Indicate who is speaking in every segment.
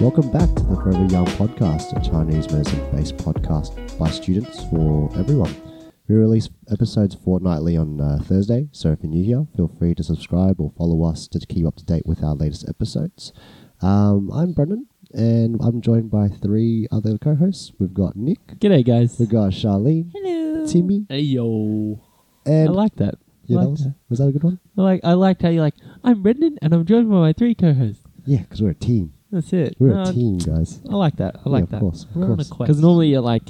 Speaker 1: Welcome back to the Forever Young Podcast, a Chinese medicine based podcast by students for everyone. We release episodes fortnightly on uh, Thursday, so if you're new here, feel free to subscribe or follow us to keep up to date with our latest episodes. Um, I'm Brendan, and I'm joined by three other co hosts. We've got Nick,
Speaker 2: G'day, guys.
Speaker 1: we've got Charlene,
Speaker 2: Hello.
Speaker 1: Timmy,
Speaker 2: Hey yo. I
Speaker 1: and.
Speaker 2: like that.
Speaker 1: yeah, that
Speaker 2: like
Speaker 1: was,
Speaker 2: that.
Speaker 1: was that a good one?
Speaker 2: I like. I liked how you like. I'm Brendan, and I'm joined by my three co-hosts.
Speaker 1: Yeah, because we're a team.
Speaker 2: That's it.
Speaker 1: We're
Speaker 2: No,
Speaker 1: a team, guys.
Speaker 2: I like that. Uh, I like
Speaker 1: yeah,
Speaker 2: that.
Speaker 1: Of course, of
Speaker 2: We're on a
Speaker 1: course.
Speaker 2: quest. Because normally you're like,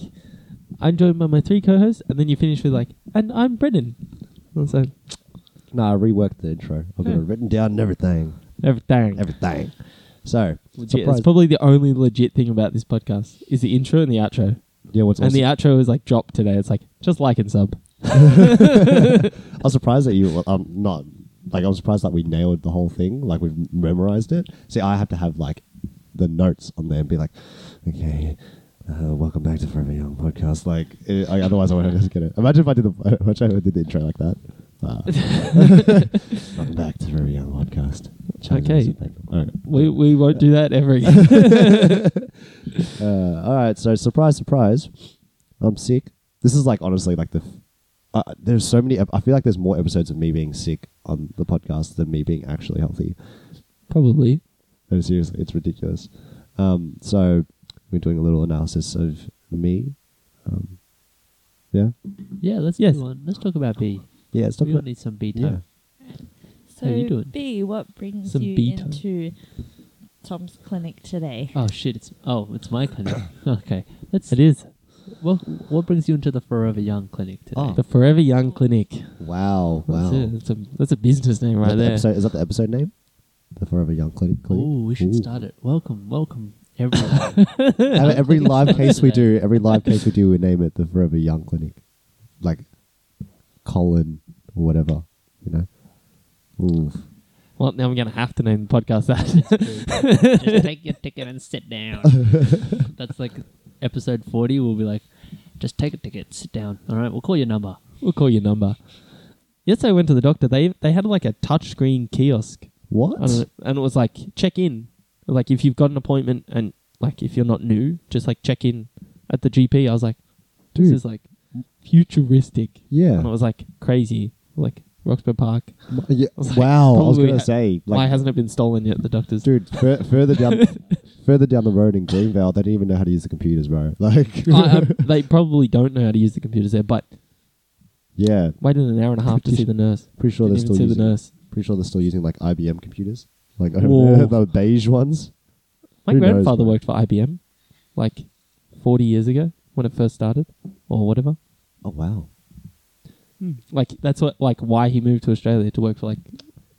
Speaker 2: I'm joined by my three co-hosts, and then you finish with like, and I'm Brendan. And so
Speaker 1: No, I reworked the intro. I've got
Speaker 2: Yeah.
Speaker 1: it written down and everything.
Speaker 2: everything.
Speaker 1: Everything. So,
Speaker 2: Legit. It's
Speaker 1: surprise-
Speaker 2: probably the only legit thing about this podcast is the intro and the outro.
Speaker 1: yeah, what's
Speaker 2: and
Speaker 1: awesome,
Speaker 2: the outro is like dropped today. It's like just like and sub.
Speaker 1: I was surprised that you, um, not, like, I was surprised that we nailed the whole thing. Like, we've memorized it. See, I have to have, like, the notes on there and be like, okay, uh, welcome back to Forever Young Podcast. Like, it, I, otherwise I won't just get it. Imagine if I did the, imagine if I did the intro like that. Uh, welcome back to Forever Young Podcast. Chinese
Speaker 2: Okay.
Speaker 1: music thing. All right.
Speaker 2: We we won't do that ever again.
Speaker 1: Uh, all right, so surprise, surprise, I'm sick. This is like honestly like the. f- Uh, there's so many. ep- I feel like there's more episodes of me being sick on the podcast than me being actually healthy.
Speaker 2: probably.
Speaker 1: No, seriously, it's ridiculous. Um, so we're doing a little analysis of me. Um, yeah,
Speaker 3: Yeah, let's
Speaker 2: Yes.
Speaker 3: move on. Let's talk about B.
Speaker 1: yeah. It's
Speaker 3: we all
Speaker 1: talking
Speaker 3: need some B
Speaker 1: Yeah.
Speaker 3: time.
Speaker 4: So,
Speaker 3: How you doing?
Speaker 4: B, what brings
Speaker 2: Some
Speaker 4: you
Speaker 2: bee time.
Speaker 4: into Tom's clinic today?
Speaker 3: Oh shit! It's oh, it's my clinic. okay, let's.
Speaker 2: It is
Speaker 3: Well, what brings you into the Forever Young clinic today?
Speaker 1: Oh.
Speaker 2: the Forever Young Clinic.
Speaker 1: Wow, wow.
Speaker 2: That's, it. That's a that's a business name
Speaker 1: Is that
Speaker 2: right
Speaker 1: the
Speaker 2: there.
Speaker 1: episode- is that the episode name? The Forever Young Clinic. Clinic?
Speaker 3: Ooh, we should
Speaker 1: Ooh.
Speaker 3: start it. Welcome, welcome, everyone.
Speaker 1: And every
Speaker 3: Clinic's
Speaker 1: live
Speaker 3: not
Speaker 1: case we
Speaker 3: today.
Speaker 1: do, every live case we do, we name it the Forever Young Clinic, like colon or whatever, you know. Ooh,
Speaker 2: Well, now I'm gonna have to name the podcast that.
Speaker 3: Just take your ticket and sit down. That's like episode forty. We'll be like, just take a ticket, sit down. All right, we'll call your number.
Speaker 2: we'll call your number. Yesterday I went to the doctor. They they had like a touchscreen kiosk,
Speaker 1: what?
Speaker 2: and it- and it was like check in, like if you've got an appointment and like if you're not new, just like check in at the GP. I was like,
Speaker 1: Dude,
Speaker 2: this is like futuristic,
Speaker 1: yeah.
Speaker 2: and it was like crazy, like Roxburgh Park.
Speaker 1: M- yeah.
Speaker 2: was like,
Speaker 1: wow, I was
Speaker 2: probably
Speaker 1: gonna
Speaker 2: ha-
Speaker 1: say,
Speaker 2: Why
Speaker 1: like,
Speaker 2: hasn't it been stolen yet? The doctors.
Speaker 1: dude, fur- further down, further down the road in Greenvale, they didn't even know how to use the computers, bro. Like,
Speaker 2: I, I, they probably don't know how to use the computers there, but
Speaker 1: yeah,
Speaker 2: waited an hour and a half to see the nurse.
Speaker 1: pretty sure
Speaker 2: Didn't
Speaker 1: they're
Speaker 2: even
Speaker 1: still
Speaker 2: see the
Speaker 1: using.
Speaker 2: nurse.
Speaker 1: Pretty sure they're still using like IBM computers, like
Speaker 2: Whoa.
Speaker 1: the beige ones.
Speaker 2: My
Speaker 1: Who knows,
Speaker 2: grandfather
Speaker 1: man?
Speaker 2: worked for IBM, like forty years ago when it first started, or whatever.
Speaker 1: Oh wow, Hmm.
Speaker 2: Like that's what, like why he moved to Australia to work for like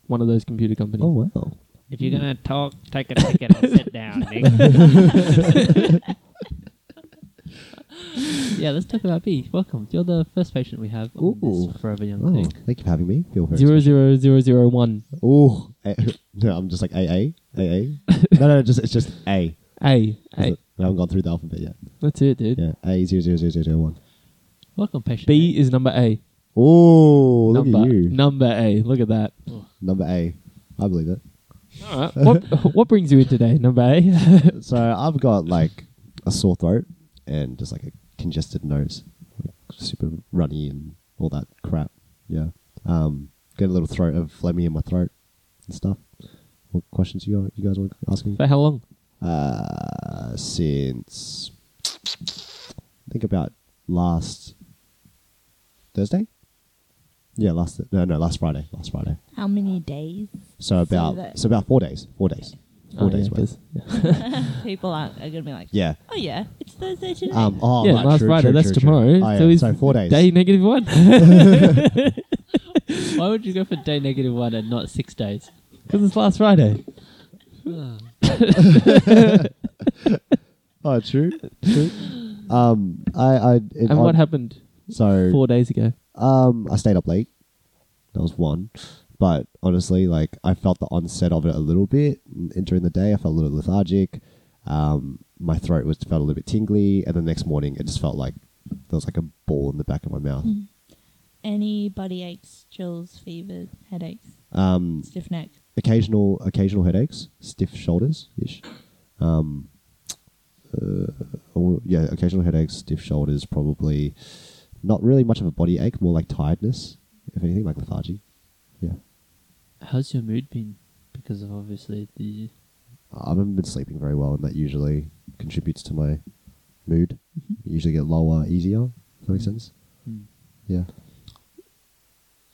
Speaker 2: one of those computer companies.
Speaker 1: oh wow.
Speaker 3: If you're gonna talk, take a ticket and sit down. yeah, let's talk about B. Welcome. You're the first patient we have on
Speaker 1: Ooh.
Speaker 3: this Forever Young
Speaker 1: Oh,
Speaker 3: thing.
Speaker 1: thank you for having me. Feel very
Speaker 2: Zero zero zero zero one.
Speaker 1: Oh, no, I'm just like AA, AA. no, no, just it's just A.
Speaker 2: A.
Speaker 1: Is
Speaker 2: A.
Speaker 1: it? I haven't gone through the alphabet yet.
Speaker 2: That's it, dude.
Speaker 1: Yeah, A zero zero zero zero zero one.
Speaker 3: Welcome, patient.
Speaker 2: B is number A.
Speaker 1: Oh, look
Speaker 2: number,
Speaker 1: at you,
Speaker 2: Number A. Look at that.
Speaker 1: number A. I believe it.
Speaker 2: All right. What, what brings you in today, number A?
Speaker 1: So I've got like a sore throat and just like a congested nose, like, super runny and all that crap. Yeah, um, got a little throat of phlegmy in my throat and stuff. What questions you you guys want to ask me?
Speaker 2: for how long?
Speaker 1: uh, since I think about last Thursday. Yeah, last no no last Friday, last Friday.
Speaker 4: How many days
Speaker 1: So about so,
Speaker 4: that-
Speaker 1: about four days, four days, four
Speaker 2: Oh,
Speaker 1: days
Speaker 2: yeah,
Speaker 1: worth.
Speaker 2: 'cause-
Speaker 4: people aren't, are going to be like,
Speaker 1: Yeah.
Speaker 4: oh yeah, it's Thursday today?
Speaker 1: Um. Oh,
Speaker 2: yeah,
Speaker 1: right,
Speaker 2: last
Speaker 1: true,
Speaker 2: Friday.
Speaker 1: true,
Speaker 2: that's
Speaker 1: true, true.
Speaker 2: tomorrow.
Speaker 1: Oh, yeah,
Speaker 2: So he's
Speaker 1: so four days.
Speaker 2: day negative one.
Speaker 3: Why would you go for day negative one and not six days?
Speaker 2: Because it's last Friday.
Speaker 3: Ah.
Speaker 1: oh, true. True. um. I. I. it-
Speaker 2: and what
Speaker 1: on-
Speaker 2: happened
Speaker 1: So
Speaker 2: four days ago?
Speaker 1: Um, I stayed up late. That was one. But honestly, like I felt the onset of it a little bit N- during the day. I felt a little lethargic. Um, my throat was felt a little bit tingly, and the next morning it just felt like there was like a ball in the back of my mouth.
Speaker 4: Mm-hmm. Any body aches, chills, fevers, headaches,
Speaker 1: Um,
Speaker 4: stiff neck?
Speaker 1: occasional occasional headaches, stiff shoulders ish. Um, uh, oh, yeah, occasional headaches, stiff shoulders, probably not really much of a body ache, more like tiredness, if anything, like lethargy. Yeah,
Speaker 3: How's your mood been? Because of obviously the
Speaker 1: I haven't been sleeping very well, and that usually contributes to my mood. I usually get lower easier. If that makes sense.
Speaker 3: Mm.
Speaker 1: Yeah.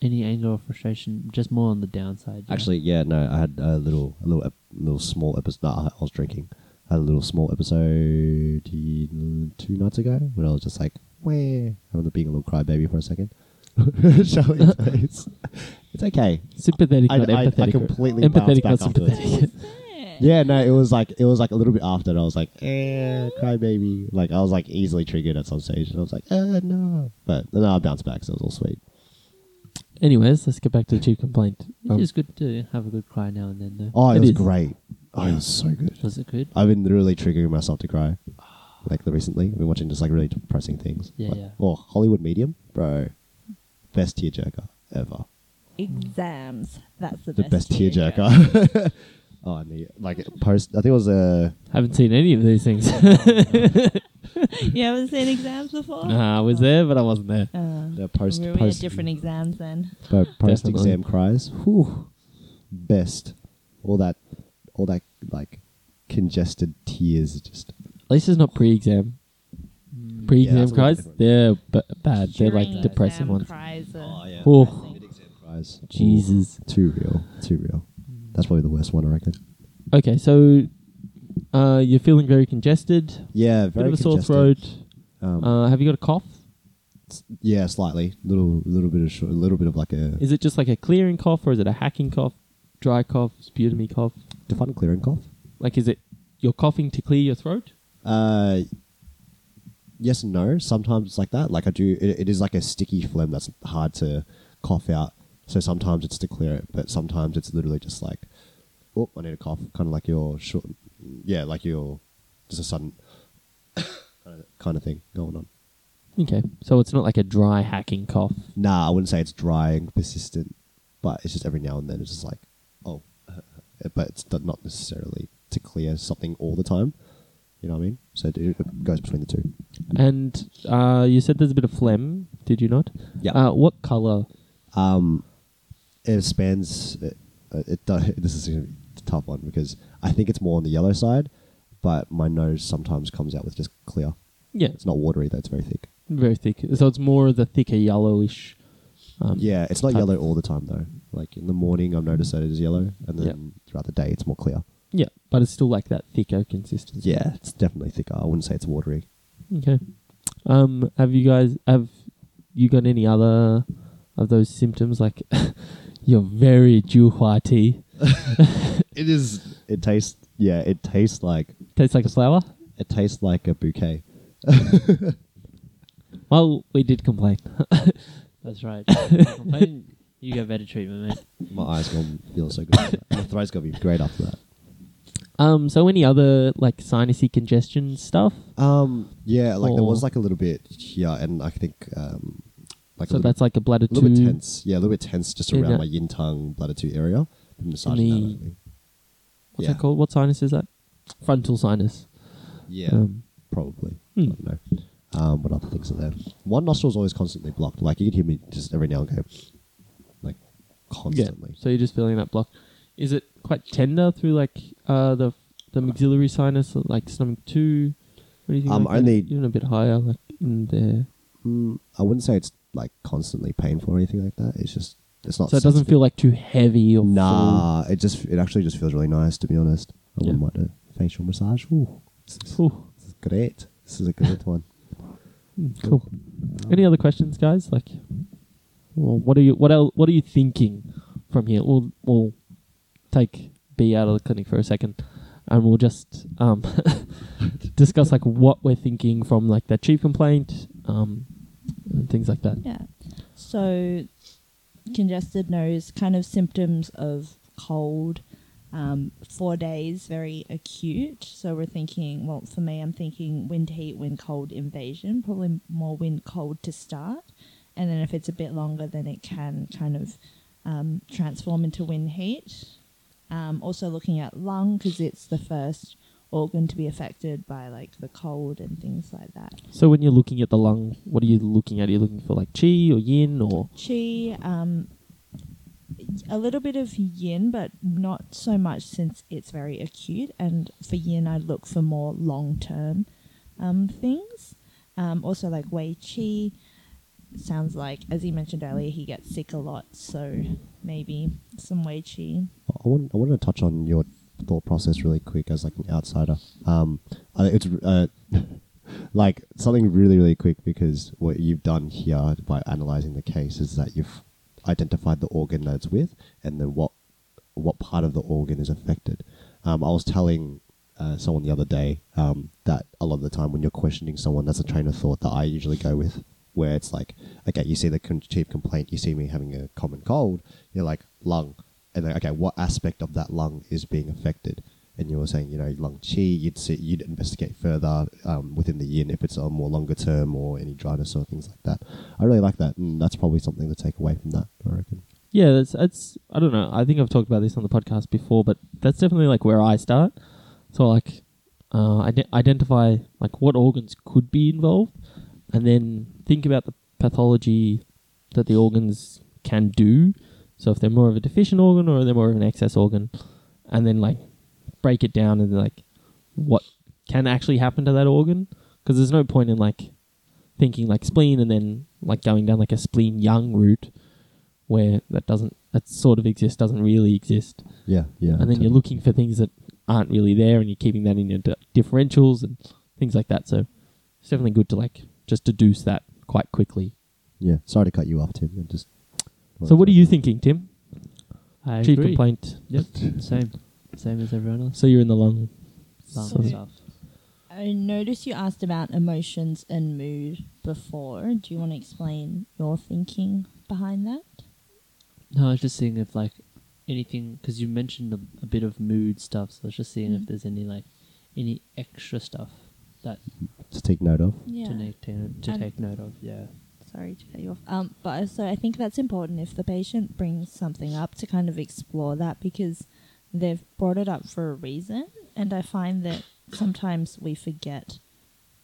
Speaker 3: any anger or frustration, just more on the downside. yeah?
Speaker 1: Actually, yeah, no, I had a little, a little, ep- little small episode. Nah, I was drinking. I had a little small episode two nights ago when I was just like, where? I ended up being a little crybaby for a second. Shall we? please? it's okay.
Speaker 2: Sympathetic,
Speaker 1: I,
Speaker 2: not
Speaker 1: I, I
Speaker 2: empathetic.
Speaker 1: completely bounced
Speaker 2: empathetic, not
Speaker 1: back afterwards.
Speaker 2: sympathetic.
Speaker 1: Yeah, no, it was like it was like a little bit after, and I was like, eh, crybaby. Like I was like easily triggered at some stage, and I was like, eh, no. But then I bounced back, so it was all sweet.
Speaker 2: Anyways, let's get back to the chief complaint.
Speaker 3: It
Speaker 2: Um,
Speaker 3: is good to have a good cry now and then, though.
Speaker 1: Oh, it,
Speaker 2: It
Speaker 1: was
Speaker 2: is.
Speaker 1: great. Oh, it was so good.
Speaker 3: Was it good?
Speaker 1: I've been literally triggering myself to cry. Like recently, I've been watching just like really depressing things.
Speaker 3: Yeah,
Speaker 1: Like,
Speaker 3: yeah.
Speaker 1: Oh, Hollywood Medium, bro, best tearjerker ever.
Speaker 4: Exams. That's the,
Speaker 1: The best,
Speaker 4: best,
Speaker 1: tearjerker. oh, and the like post. I think it was a.
Speaker 2: haven't seen any of these things.
Speaker 4: you haven't seen exams before?
Speaker 2: nah, I was there, but I wasn't there.
Speaker 4: Uh,
Speaker 1: The post-
Speaker 4: we were
Speaker 1: post-
Speaker 4: at different exams then.
Speaker 1: Bro, post
Speaker 2: Definitely.
Speaker 1: exam cries. Whew. Best. All that, all that like congested tears. Just
Speaker 2: At least it's not pre-exam.
Speaker 3: Hmm,
Speaker 2: Pre-exam
Speaker 1: that's a little
Speaker 2: cries,
Speaker 1: different.
Speaker 2: they're b- bad. they're
Speaker 4: During
Speaker 2: like depressive
Speaker 4: exam
Speaker 2: ones.
Speaker 4: Cries are
Speaker 1: yeah.
Speaker 2: Oh.
Speaker 4: depressing.
Speaker 1: exam cries.
Speaker 2: Jesus.
Speaker 1: Oh, too real. Too real. That's probably the worst one, I reckon.
Speaker 2: Okay, so uh, you're feeling very congested.
Speaker 1: Yeah,
Speaker 2: Bit
Speaker 1: very
Speaker 2: of a sore
Speaker 1: congested.
Speaker 2: throat.
Speaker 1: Um,
Speaker 2: Uh, have you got a cough?
Speaker 1: yeah, slightly. Little, little bit of, short, little bit of like a
Speaker 2: Is it just like a clearing cough, or is it a hacking cough, dry cough, sputumy cough?
Speaker 1: define clearing cough.
Speaker 2: Like, is it you're coughing to clear your throat?
Speaker 1: Uh, yes and no. Sometimes it's like that. Like I do, it, it is like a sticky phlegm that's hard to cough out. So sometimes it's to clear it, but sometimes it's literally just like, oh, I need a cough. Kind of like your short, yeah, like your just a sudden kind of thing going on.
Speaker 2: Okay, so it's not like a dry hacking cough.
Speaker 1: Nah, I wouldn't say it's dry and persistent, but it's just every now and then it's just like, oh, but it's not- not necessarily to clear something all the time. You know what I mean? So it- it goes between the two.
Speaker 2: And uh, you said there's a bit of phlegm, did you not?
Speaker 1: Yeah.
Speaker 2: Uh, what color?
Speaker 1: Um, it spans. It, uh, it does, this is gonna be a tough one because I think it's more on the yellow side, but my nose sometimes comes out with just clear.
Speaker 2: Yeah,
Speaker 1: It's not watery though; it's very thick.
Speaker 2: very thick. So it's more of the thicker yellowish. Um,
Speaker 1: Yeah, it's not
Speaker 2: Type.
Speaker 1: yellow all the time though. Like in the morning, I've noticed that it is yellow, and then throughout the day, it's more clear.
Speaker 2: Yeah, but it's still like that thicker consistency.
Speaker 1: Yeah, it's definitely thicker. I wouldn't say it's watery.
Speaker 2: Okay. Um, have you guys have you got any other of those symptoms? Like you're very Juhua tea.
Speaker 1: It is. It tastes. Yeah, it tastes like
Speaker 2: Tastes like a flower.
Speaker 1: it tastes like a bouquet.
Speaker 2: Well, we did complain.
Speaker 3: That's right. Complain, you get better treatment, mate.
Speaker 1: My eyes gonna feel so good. after that. My throat's gonna be great after that.
Speaker 2: Um, so any other like sinusy congestion stuff?
Speaker 1: Um, yeah, like there
Speaker 2: Or-
Speaker 1: was like a little bit here, and I think um, like a
Speaker 2: so
Speaker 1: little,
Speaker 2: that's like a bladder
Speaker 1: a little bit
Speaker 2: two.
Speaker 1: tense. Yeah, a little bit tense just
Speaker 2: In
Speaker 1: around
Speaker 2: that-
Speaker 1: my yin tongue bladder two area. Been massaging
Speaker 2: the-
Speaker 1: that lately.
Speaker 2: What's
Speaker 1: yeah.
Speaker 2: that called? What sinus is that? Frontal sinus.
Speaker 1: Yeah,
Speaker 2: Um,
Speaker 1: probably.
Speaker 2: Hmm.
Speaker 1: I don't know. Um, what other things are there? One nostril's always constantly blocked. Like you could hear me just every now and go, like constantly.
Speaker 2: Yeah. So you're just feeling that block. Is it quite tender through like uh, the the maxillary sinus, like stomach two, or anything
Speaker 1: Um,
Speaker 2: like that?
Speaker 1: only-
Speaker 2: even a bit higher, like in there.
Speaker 1: Mm, I wouldn't say it's like constantly painful or anything like that. It's just it's not.
Speaker 2: So it doesn't
Speaker 1: sensitive.
Speaker 2: feel like too heavy or
Speaker 1: Nah, it just it actually just feels really nice to be honest. I
Speaker 2: Yeah.
Speaker 1: wouldn't mind a facial massage. Ooh, this is-
Speaker 2: Full. Ooh,
Speaker 1: This is great. This is a good one.
Speaker 2: mm, cool. Any other questions, guys? Like, well, what are you what el- what are you thinking from here? We'll we'll take B out of the clinic for a second, and we'll just um, discuss like what we're thinking from like that chief complaint, um, and things like that.
Speaker 4: Yeah. So, congested nose, kind of symptoms of cold, um, four days, very acute. So, we're thinking, well, for me, I'm thinking wind heat, wind cold invasion, probably more wind cold to start. And then, if it's a bit longer, then it can kind of um, transform into wind heat. Um, also, looking at lung because it's the first organ to be affected by like the cold and things like that.
Speaker 2: So when you're looking at the lung, what are you looking at? Are you looking for like qi or yin or
Speaker 4: Chi, um, a little bit of yin, but not so much since it's very acute. And for yin, I look for more long term um, things. Um, also, like Wei Chi sounds like, as he mentioned earlier, he gets sick a lot. So maybe some Wei Chi.
Speaker 1: I want, I wanted to touch on your thought process really quick as like an outsider. Um, I- it's uh, like something really really quick because what you've done here by analyzing the case is that you've identified the organ that it's with and then what what part of the organ is affected. Um, I was telling uh, someone the other day um, that a lot of the time when you're questioning someone, that's a train of thought that I usually go with, where it's like, okay, you see the con- chief complaint, you see me having a common cold, you're like, lung. And then, okay, what aspect of that lung is being affected? And you were saying, you know, lung chi, you'd see, you'd investigate further um, within the yin if it's a more longer term or any dryness or things like that. I really like that, and that's probably something to take away from that, I reckon.
Speaker 2: Yeah, that's that's I don't know. I think I've talked about this on the podcast before, but that's definitely like where I start. So like, uh, ide- identify like what organs could be involved, and then think about the pathology that the organs can do. So if they're more of a deficient organ or they're more of an excess organ, and then like break it down and like what can actually happen to that organ because there's no point in like thinking like spleen and then like going down like a spleen yang route where that doesn't that sort of exists doesn't really exist
Speaker 1: Yeah, yeah.
Speaker 2: and then you're looking for things that aren't really there and you're keeping that in your di- differentials and things like that so it's definitely good to like just deduce that quite quickly
Speaker 1: Yeah, sorry to cut you off, Tim. I'm just.
Speaker 2: so what are you thinking tim
Speaker 3: I
Speaker 2: chief
Speaker 3: agree.
Speaker 2: complaint
Speaker 3: Yep, same, same as everyone else.
Speaker 2: so you're in the lung
Speaker 3: Lung
Speaker 4: So-
Speaker 3: stuff.
Speaker 4: I noticed you asked about emotions and mood before. Do you want to explain your thinking behind that?
Speaker 3: No, I was just seeing if like anything because you mentioned a, a bit of mood stuff, so I was just seeing if
Speaker 4: Mm.
Speaker 3: there's any like any extra stuff that
Speaker 1: To take note of.
Speaker 4: Yeah.
Speaker 3: to, take, to, to
Speaker 4: Um,
Speaker 3: take note of. Yeah,
Speaker 4: Sorry to cut you off. Um, but so I think that's important if the patient brings something up to kind of explore that because they've brought it up for a reason. And I find that sometimes we forget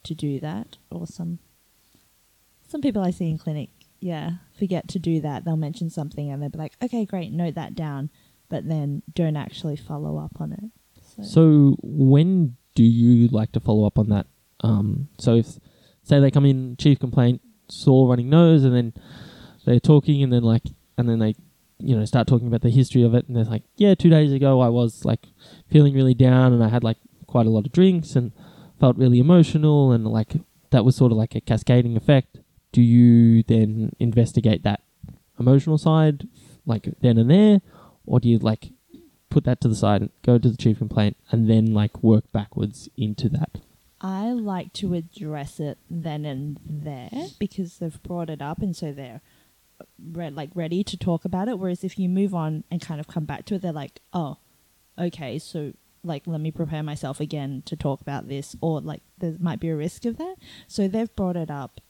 Speaker 4: to do that, or some some people I see in clinic, yeah, forget to do that. They'll mention something and they'll be like, "Okay, great, note that down," but then don't actually follow up on it. So,
Speaker 2: So when do you like to follow up on that? Um, so if say they come in chief complaint, sore running nose, and then they're talking, and then like, and then they, you know, start talking about the history of it, and they're like, yeah, two days ago I was like feeling really down, and I had like quite a lot of drinks, and felt really emotional, and like that was sort of like a cascading effect. Do you then investigate that emotional side, like then and there, or do you like put that to the side and go to the chief complaint and then like work backwards into that.
Speaker 4: I like to address it then and there because they've brought it up and so they're re- like ready to talk about it. Whereas if you move on and kind of come back to it, they're like, oh, okay, so like let me prepare myself again to talk about this, or like there might be a risk of that. So they've brought it up,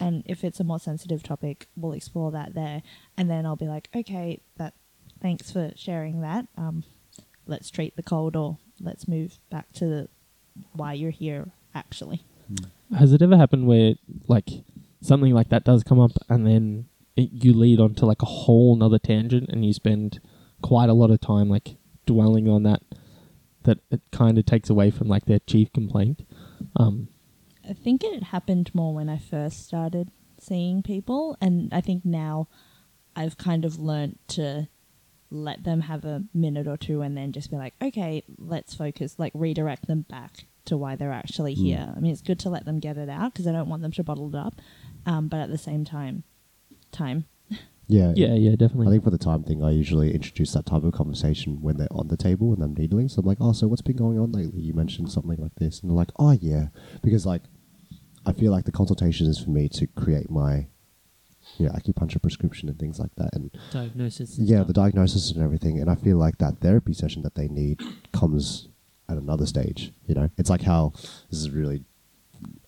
Speaker 4: and if it's a more sensitive topic, we'll explore that there, and then I'll be like, okay, that thanks for sharing that. Um, let's treat the cold, or let's move back to the why you're here actually.
Speaker 2: Has it ever happened where like something like that does come up and then it, you lead on to like a whole nother tangent and you spend quite a lot of time like dwelling on that that it kind of takes away from like their chief complaint. Um,
Speaker 4: I think it happened more when I first started seeing people, and I think now I've kind of learnt to let them have a minute or two and then just be like, okay, let's focus, like redirect them back to why they're actually
Speaker 1: Mm.
Speaker 4: here. I mean, it's good to let them get it out because I don't want them to bottle it up, um, but at the same time, time.
Speaker 1: Yeah.
Speaker 2: yeah, yeah, definitely.
Speaker 1: I think for the time thing, I usually introduce that type of conversation when they're on the table and I'm needling. So I'm like, oh, so what's been going on lately? You mentioned something like this. And they're like, oh, yeah. Because, like, I feel like the consultation is for me to create my, you know, acupuncture prescription and things like that. And
Speaker 3: diagnosis. and
Speaker 1: yeah,
Speaker 3: stuff.
Speaker 1: the diagnosis and everything. And I feel like that therapy session that they need comes at another stage. You know, it's like how this is really,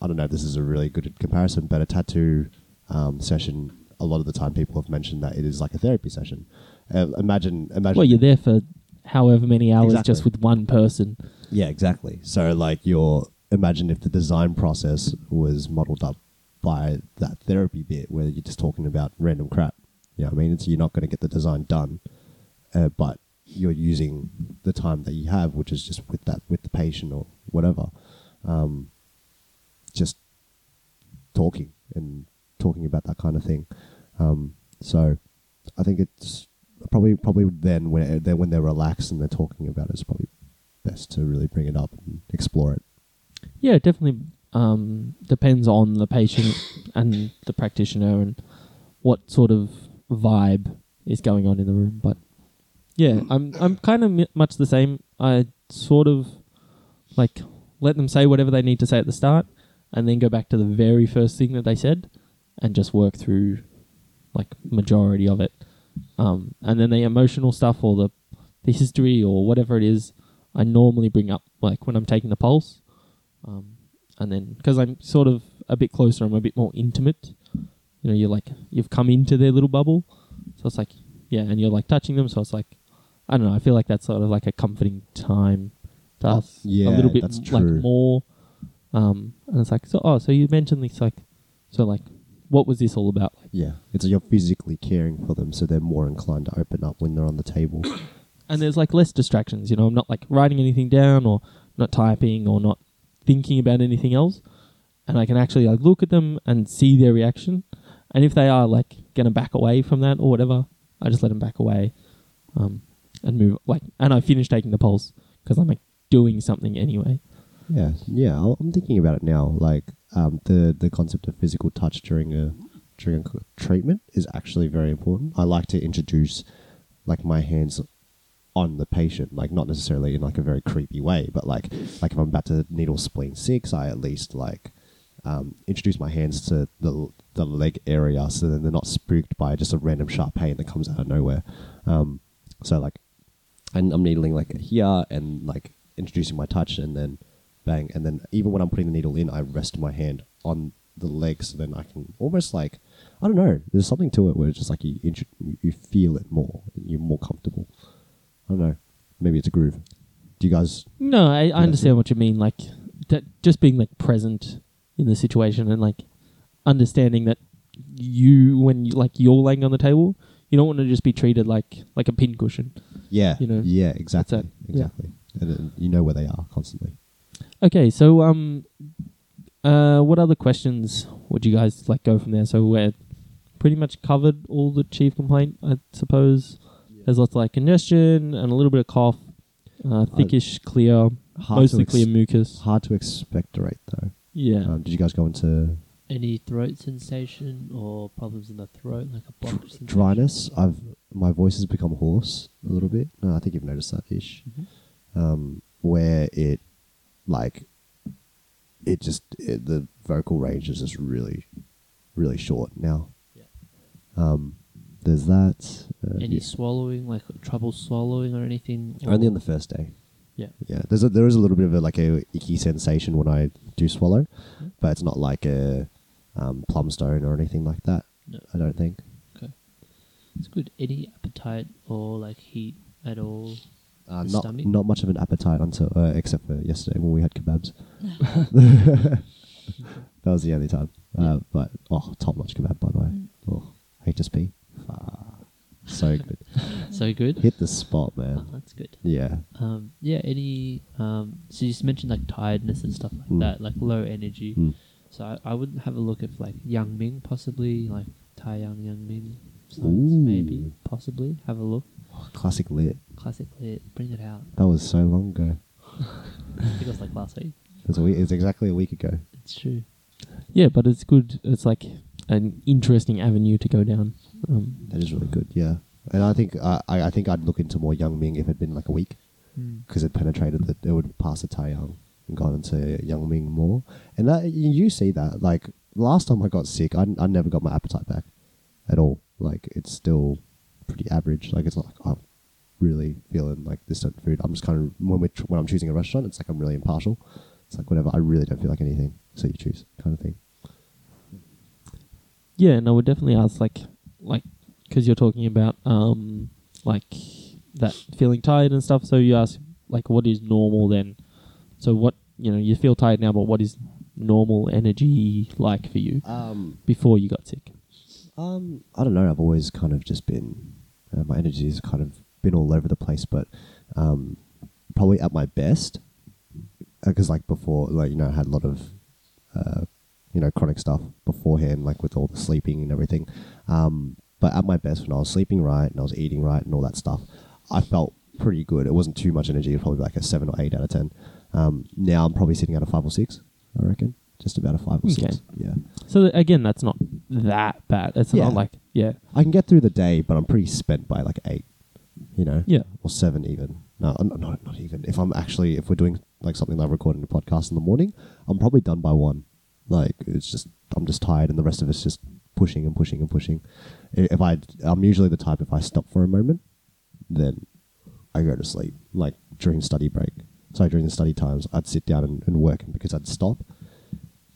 Speaker 1: I don't know, if this is a really good comparison, but a tattoo um, session, a lot of the time people have mentioned that it is like a therapy session. Uh, imagine, imagine.
Speaker 2: well, you're there for however many hours
Speaker 1: Exactly.
Speaker 2: just with one person.
Speaker 1: Yeah, exactly. So, like, your imagine if the design process was modeled up by that therapy bit where you're just talking about random crap. You know what I mean? It's, you're not going to get the design done, uh, but you're using the time that you have, which is just with that with the patient or whatever, um, just talking and talking about that kind of thing. Um, so, I think it's probably probably then when then when they're relaxed and they're talking about it, it's probably best to really bring it up and explore it.
Speaker 2: Yeah, it definitely um, depends on the patient and the practitioner and what sort of vibe is going on in the room. But yeah, I'm I'm kind of mi- much the same. I sort of like let them say whatever they need to say at the start, and then go back to the very first thing that they said, and just work through like majority of it. Um, and then the emotional stuff or the the history or whatever it is, I normally bring up like when I'm taking the pulse. Um, and then because I'm sort of a bit closer, I'm a bit more intimate. You know, you're like you've come into their little bubble, so it's like yeah, and you're like touching them, so it's like I don't know. I feel like that's sort of like a comforting time to
Speaker 1: Oh,
Speaker 2: us,
Speaker 1: yeah,
Speaker 2: a little bit
Speaker 1: that's
Speaker 2: m- like
Speaker 1: true.
Speaker 2: more. Um, and it's like so. Oh, so you mentioned this like, so like, what was this all about? Like,
Speaker 1: Yeah, it's you're physically caring for them, so they're more inclined to open up when they're on the table.
Speaker 2: and there's like less distractions. You know, I'm not like writing anything down or not typing or not thinking about anything else, and I can actually like look at them and see their reaction. And if they are like gonna back away from that or whatever, I just let them back away, um, and move like. And I finish taking the pulse because I'm like doing something anyway.
Speaker 1: yeah, yeah, I'll- I'm thinking about it now. Like um, the the concept of physical touch during a during a c- treatment is actually very important. I like to introduce like my hands on the patient, like not necessarily in like a very creepy way, but like like if I'm about to needle spleen six, I at least like um, introduce my hands to the the leg area, so then they're not spooked by just a random sharp pain that comes out of nowhere. Um, so like, and I'm needling like here and like introducing my touch, and then bang, and then even when I'm putting the needle in, I rest my hand on the leg, so then I can almost like I don't know. There's something to it where it's just like you intro- you you feel it more, you're more comfortable. I don't know. Maybe it's a groove. Do you guys?
Speaker 2: No, I, I
Speaker 1: Yeah.
Speaker 2: understand what you mean. Like that, just being like present in the situation and like understanding that you, when you, like you're laying on the table, you don't want to just be treated like like a pincushion.
Speaker 1: Yeah.
Speaker 2: You know,
Speaker 1: yeah. Exactly.
Speaker 2: it. Yeah.
Speaker 1: Exactly. And then you know where they are constantly.
Speaker 2: Okay, so um, uh, what other questions would you guys like go from there? So we're pretty much covered all the chief complaint, I suppose. There's lots of, like congestion and a little bit of cough, uh, thickish clear,
Speaker 1: Hard
Speaker 2: mostly
Speaker 1: to
Speaker 2: clear mucus.
Speaker 1: hard to expectorate though.
Speaker 2: Yeah.
Speaker 1: Um, did you guys go into
Speaker 3: Any throat sensation or problems in the throat, like a blocked sensation?
Speaker 1: dryness? I've my voice has become hoarse a little bit. No, I think you've noticed that ish.
Speaker 3: Mhm.
Speaker 1: Um, where it like it just it, the vocal range is just really really short now.
Speaker 3: Yeah.
Speaker 1: Um, there's that. Uh,
Speaker 3: Any
Speaker 1: yeah.
Speaker 3: swallowing, like trouble swallowing or anything?
Speaker 1: Only
Speaker 3: or-
Speaker 1: on the first day.
Speaker 3: Yeah.
Speaker 1: Yeah, there's a, there is a little bit of a, like a icky sensation when I do swallow,
Speaker 3: Mhm.
Speaker 1: but it's not like a um, plum stone or anything like that.
Speaker 3: No.
Speaker 1: I don't think.
Speaker 3: It's good. Any appetite or like heat at all?
Speaker 1: Uh,
Speaker 3: The
Speaker 1: not
Speaker 3: stomach?
Speaker 1: not much of an appetite until uh, except for yesterday when we had kebabs. that was the only time. Uh,
Speaker 3: Yeah.
Speaker 1: But oh, top notch kebab by the way. Oh, HSP, Fuck. so good.
Speaker 3: So good.
Speaker 1: Hit the spot,
Speaker 3: Ah,
Speaker 1: man.
Speaker 3: that's good.
Speaker 1: Yeah,
Speaker 3: Um, yeah. Any? Um, so you just mentioned like tiredness and stuff like
Speaker 1: Mm.
Speaker 3: that, like low energy.
Speaker 1: Mm.
Speaker 3: So I, I would have a look if like Yang Ming possibly, like Tai Yang Yang Ming, sides,
Speaker 1: Ooh.
Speaker 3: maybe possibly have a look.
Speaker 1: classic lit.
Speaker 3: Classically, bring it out.
Speaker 1: That was so long ago.
Speaker 3: I think it was like last week.
Speaker 1: It was, a week, it was exactly a week ago.
Speaker 3: It's true.
Speaker 2: Yeah, but it's good. It's like an interesting avenue to go down. Um,
Speaker 1: That is really good. Yeah, and I think I I I think I'd look into more Young Ming if it'd been like a week.
Speaker 3: Hmm.
Speaker 1: because it penetrated that it would pass the Taiyang and gone into Yang Ming more. And that you you see that like last time I got sick, I, I never got my appetite back at all. Like it's still pretty average. Like it's not like I'm really feeling like this certain food. I'm just kind of when we are when I'm choosing a restaurant, it's like I'm really impartial. It's like whatever. I really don't feel like anything, so you choose kind of thing.
Speaker 2: yeah, and I would definitely ask like, like, because you're talking about um, like that feeling tired and stuff. So you ask like, what is normal then? So what you know, you feel tired now, but what is normal energy like for you
Speaker 1: Um,
Speaker 2: before you got sick?
Speaker 1: um, I don't know. I've always kind of just been uh, my energy has kind of been all over the place, but um, probably at my best because like before, like you know, I had a lot of uh, you know chronic stuff beforehand, like with all the sleeping and everything. Um, but at my best, when I was sleeping right and I was eating right and all that stuff, I felt pretty good. It wasn't too much energy. It was probably like a seven or eight out of ten. Um, now I'm probably sitting at a five or six. I reckon just about a five or six.
Speaker 2: Okay.
Speaker 1: Yeah.
Speaker 2: So that, again, that's not that bad. It's
Speaker 1: Yeah.
Speaker 2: not like yeah,
Speaker 1: I can get through the day, but I'm pretty spent by like eight, you know,
Speaker 2: yeah,
Speaker 1: or seven even. No, n- not not even. If I'm actually, if we're doing like something like recording a podcast in the morning, I'm probably done by one. Like it's just, I'm just tired, and the rest of it's just pushing and pushing and pushing. I- If I, I'm usually the type if I stop for a moment, then I go to sleep. Like during study break, sorry, during the study times, I'd sit down and, and work, and because I'd stop,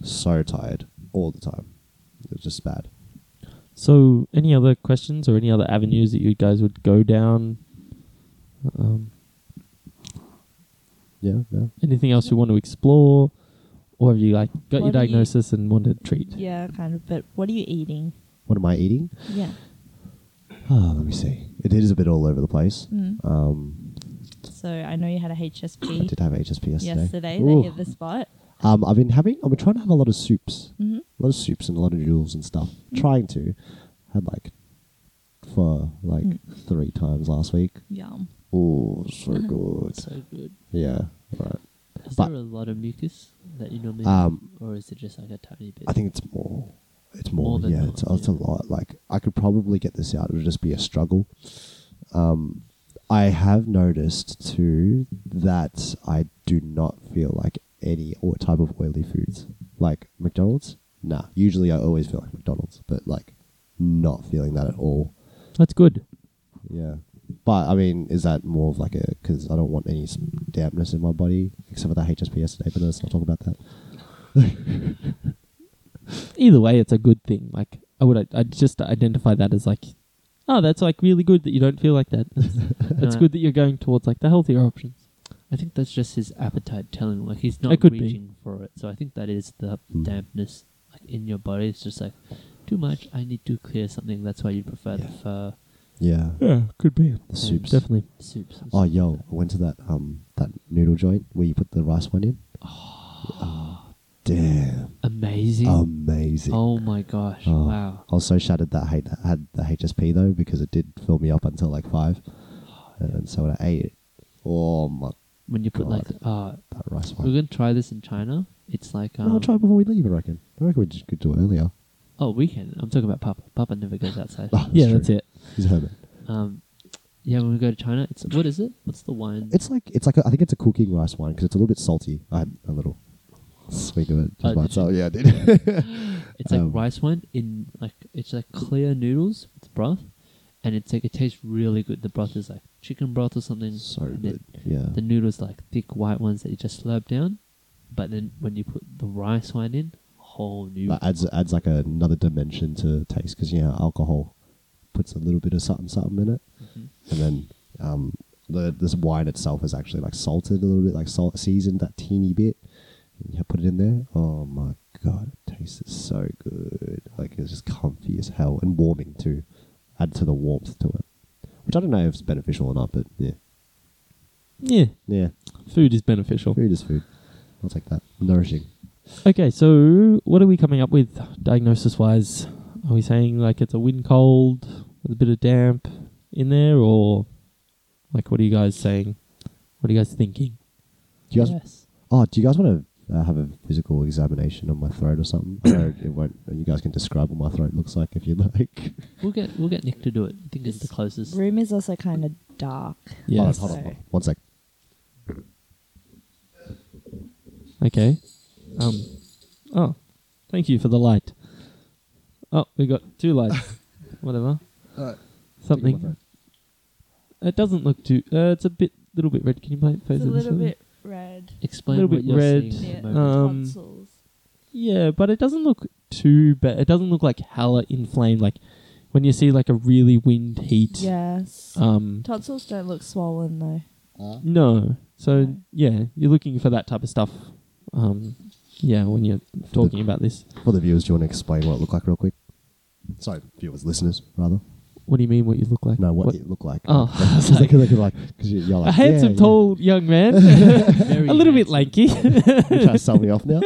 Speaker 1: so tired all the time. It was just bad.
Speaker 2: So, any other questions or any other avenues that you guys would go down? Um,
Speaker 1: Yeah, yeah.
Speaker 2: anything else you want to explore, or have you like got your
Speaker 4: What do you-
Speaker 2: diagnosis and want to treat?
Speaker 4: Yeah, kind of. But what are you eating?
Speaker 1: What am I eating?
Speaker 4: Yeah.
Speaker 1: Oh, let me see. It is a bit all over the place.
Speaker 4: Mm.
Speaker 1: Um,
Speaker 4: So I know you had a
Speaker 1: I did
Speaker 4: HSP
Speaker 1: have HSP yesterday.
Speaker 4: yesterday.
Speaker 1: Ooh.
Speaker 4: They hit the spot.
Speaker 1: um, I've been having. I've been trying to have a lot of soups,
Speaker 4: hmm
Speaker 1: a lot of soups and a lot of noodles and stuff.
Speaker 4: Mm.
Speaker 1: Trying to had like for like
Speaker 4: Mm.
Speaker 1: three times last week.
Speaker 4: Yum.
Speaker 1: Oh, so good.
Speaker 3: So good.
Speaker 1: Yeah, right.
Speaker 3: Is
Speaker 1: But-
Speaker 3: there a lot of mucus that you normally
Speaker 1: Um,
Speaker 3: have, or is it just like a tiny bit?
Speaker 1: I think it's more. It's
Speaker 3: More
Speaker 1: more.
Speaker 3: than
Speaker 1: yeah,
Speaker 3: that,
Speaker 1: it's, it's a
Speaker 3: yeah.
Speaker 1: lot. Like I could probably get this out. It would just be a struggle. Um, I have noticed too that I do not feel like any or type of oily foods like McDonald's. Nah, usually I always feel like McDonald's, but like not feeling that at all.
Speaker 2: That's good.
Speaker 1: Yeah, but I mean, is that more of like a because I don't want any s- dampness in my body except for the HSP yesterday. But let's not talk about that.
Speaker 2: Either way, it's a good thing. Like I would, I just identify that as like, oh, that's like really good that you don't feel like that. That's, that's
Speaker 3: No.
Speaker 2: good that you're going towards like the healthier options.
Speaker 3: I think that's just his appetite telling him, like he's not
Speaker 2: It could be.
Speaker 3: reaching for it. So I think that is the
Speaker 1: Mm.
Speaker 3: dampness like, in your body. It's just like too much. I need to clear something. That's why you prefer
Speaker 1: Yeah.
Speaker 3: the fur
Speaker 1: Yeah,
Speaker 2: Yeah, could be.
Speaker 1: the soups.
Speaker 2: Definitely.
Speaker 3: soups. and
Speaker 1: Oh
Speaker 3: stuff
Speaker 1: yo,
Speaker 3: like that.
Speaker 1: I went to that um that noodle joint where you put the rice one in. Oh,
Speaker 3: Ah.
Speaker 1: damn.
Speaker 3: amazing!
Speaker 1: Amazing.
Speaker 3: oh my gosh!
Speaker 1: Um, Oh.
Speaker 3: Wow!
Speaker 1: I was so shattered that I had, had the HSP though because it did fill me up until like five.
Speaker 3: Oh,
Speaker 1: And then so when I ate it. Oh my
Speaker 3: When you put like, uh,
Speaker 1: that rice
Speaker 3: we're
Speaker 1: one.
Speaker 3: gonna try this in China. It's like,
Speaker 1: No, I'll
Speaker 3: um,
Speaker 1: try it before we leave, I reckon. I reckon we just could do it earlier.
Speaker 3: oh, we can. I'm talking about Papa. Papa never goes outside.
Speaker 1: Oh,
Speaker 2: yeah,
Speaker 1: true.
Speaker 2: that's it.
Speaker 1: He's a hermit.
Speaker 3: um, yeah, when we go to China, it's what is it? What's the wine?
Speaker 1: It's like it's like a, I think it's a cooking rice wine because it's a little bit salty. I had a little swig of it just
Speaker 3: Oh,
Speaker 1: by
Speaker 3: did
Speaker 1: itself. Yeah, I did.
Speaker 3: It's like
Speaker 1: Um,
Speaker 3: rice wine in like it's like clear noodles with broth, and it's like it tastes really good. The broth is like chicken broth or something.
Speaker 1: so
Speaker 3: and then
Speaker 1: good. Yeah.
Speaker 3: The noodles like thick white ones that you just slurp down, but then when you put the rice wine in, whole new.
Speaker 2: uh,
Speaker 1: that adds adds like another dimension to taste because yeah, alcohol puts a little bit of something something in it,
Speaker 3: Mhm.
Speaker 1: and then um, the this wine itself is actually like salted a little bit, like salt seasoned that teeny bit. And you put it in there. Oh my god, it tasted so good. Like it's just comfy as hell and warming too. Add to the warmth to it, which I don't know if it's beneficial or not, but yeah,
Speaker 2: Yeah,
Speaker 1: yeah,
Speaker 2: food is beneficial.
Speaker 1: food is food. I'll take that. Nourishing.
Speaker 2: Okay, so what are we coming up with diagnosis wise? Are we saying like it's a wind cold with a bit of damp in there, or like what are you guys saying? What are you guys thinking?
Speaker 1: Do you guys
Speaker 3: yes.
Speaker 1: Oh, do you guys want to uh, have a physical examination on my throat or something? I know it won't. You guys can describe what my throat looks like if you like.
Speaker 3: We'll get we'll get Nick to do it. I think it's the closest.
Speaker 4: Room is also kind of dark.
Speaker 1: Hold on,
Speaker 2: Yes.
Speaker 1: hold on,
Speaker 4: Sorry.
Speaker 1: hold on. One sec.
Speaker 2: Okay. Um. Oh, thank you for the light. Oh, we got two lights. Whatever. Something. It doesn't look too. Uh, it's a bit, little bit red. Can you play?
Speaker 4: It's
Speaker 2: phase
Speaker 4: a
Speaker 2: it this
Speaker 4: little
Speaker 2: way?
Speaker 4: bit red.
Speaker 3: Explain
Speaker 2: Little
Speaker 3: what
Speaker 2: bit
Speaker 3: you're
Speaker 2: red,
Speaker 3: seeing.
Speaker 4: Yeah,
Speaker 3: at the
Speaker 2: uh,
Speaker 3: moment.
Speaker 2: Um,
Speaker 4: tonsils.
Speaker 2: Yeah, but it doesn't look too bad. It doesn't look like hella inflamed. Like when you see like a really wind heat.
Speaker 4: Yes.
Speaker 2: Um.
Speaker 4: tonsils don't look swollen though.
Speaker 1: Uh,
Speaker 2: No. So
Speaker 4: No.
Speaker 2: yeah, you're looking for that type of stuff. Um, yeah, when you're talking about this,
Speaker 1: Uh? for the viewers, do you want to explain what it looked like real quick? Sorry, viewers, listeners, rather.
Speaker 2: what do you mean? What you look like?
Speaker 1: No, what, it looked like.
Speaker 2: Oh, I
Speaker 1: Because
Speaker 2: was
Speaker 1: they
Speaker 2: like,
Speaker 1: could they could like, because you're
Speaker 2: a
Speaker 1: like,
Speaker 2: handsome,
Speaker 1: yeah,
Speaker 2: tall young man, Uh, a
Speaker 3: Very
Speaker 2: little bit
Speaker 3: handsome.
Speaker 2: lanky.
Speaker 1: Yeah. You trying to sell me off now?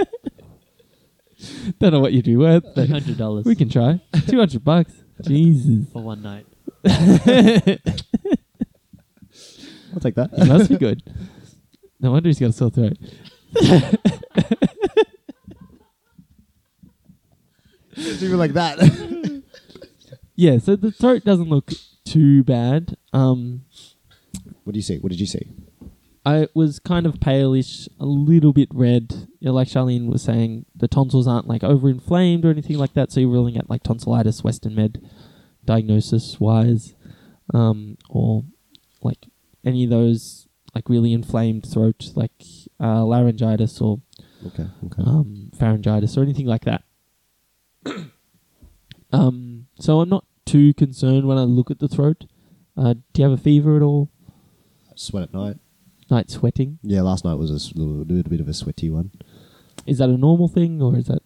Speaker 2: Don't know what you'd be worth. but
Speaker 3: hundred dollars
Speaker 2: we can try. Two hundred bucks. Jesus,
Speaker 3: for one night.
Speaker 1: I'll take that.
Speaker 2: he must be good. No wonder he's got a sore throat.
Speaker 1: Even like that.
Speaker 2: Yeah, so the throat doesn't look too bad. Um,
Speaker 1: what do you see? What did you see?
Speaker 2: I was kind of palish, a little bit red. Yeah, Like Charlene was saying, the tonsils aren't like overinflamed or anything like that. So you're ruling out like tonsillitis, Western Med, diagnosis wise, um, or like any of those like really inflamed throat, like uh, laryngitis or
Speaker 1: Okay, okay.
Speaker 2: um,
Speaker 1: Mm.
Speaker 2: pharyngitis or anything like that. um, so I'm not too concerned when I look at the throat. Uh, do you have a fever at all?
Speaker 1: Sweat at night.
Speaker 2: Night sweating?
Speaker 1: Yeah, last night was a s- little, little bit of a sweaty one.
Speaker 2: Is that a normal thing or is that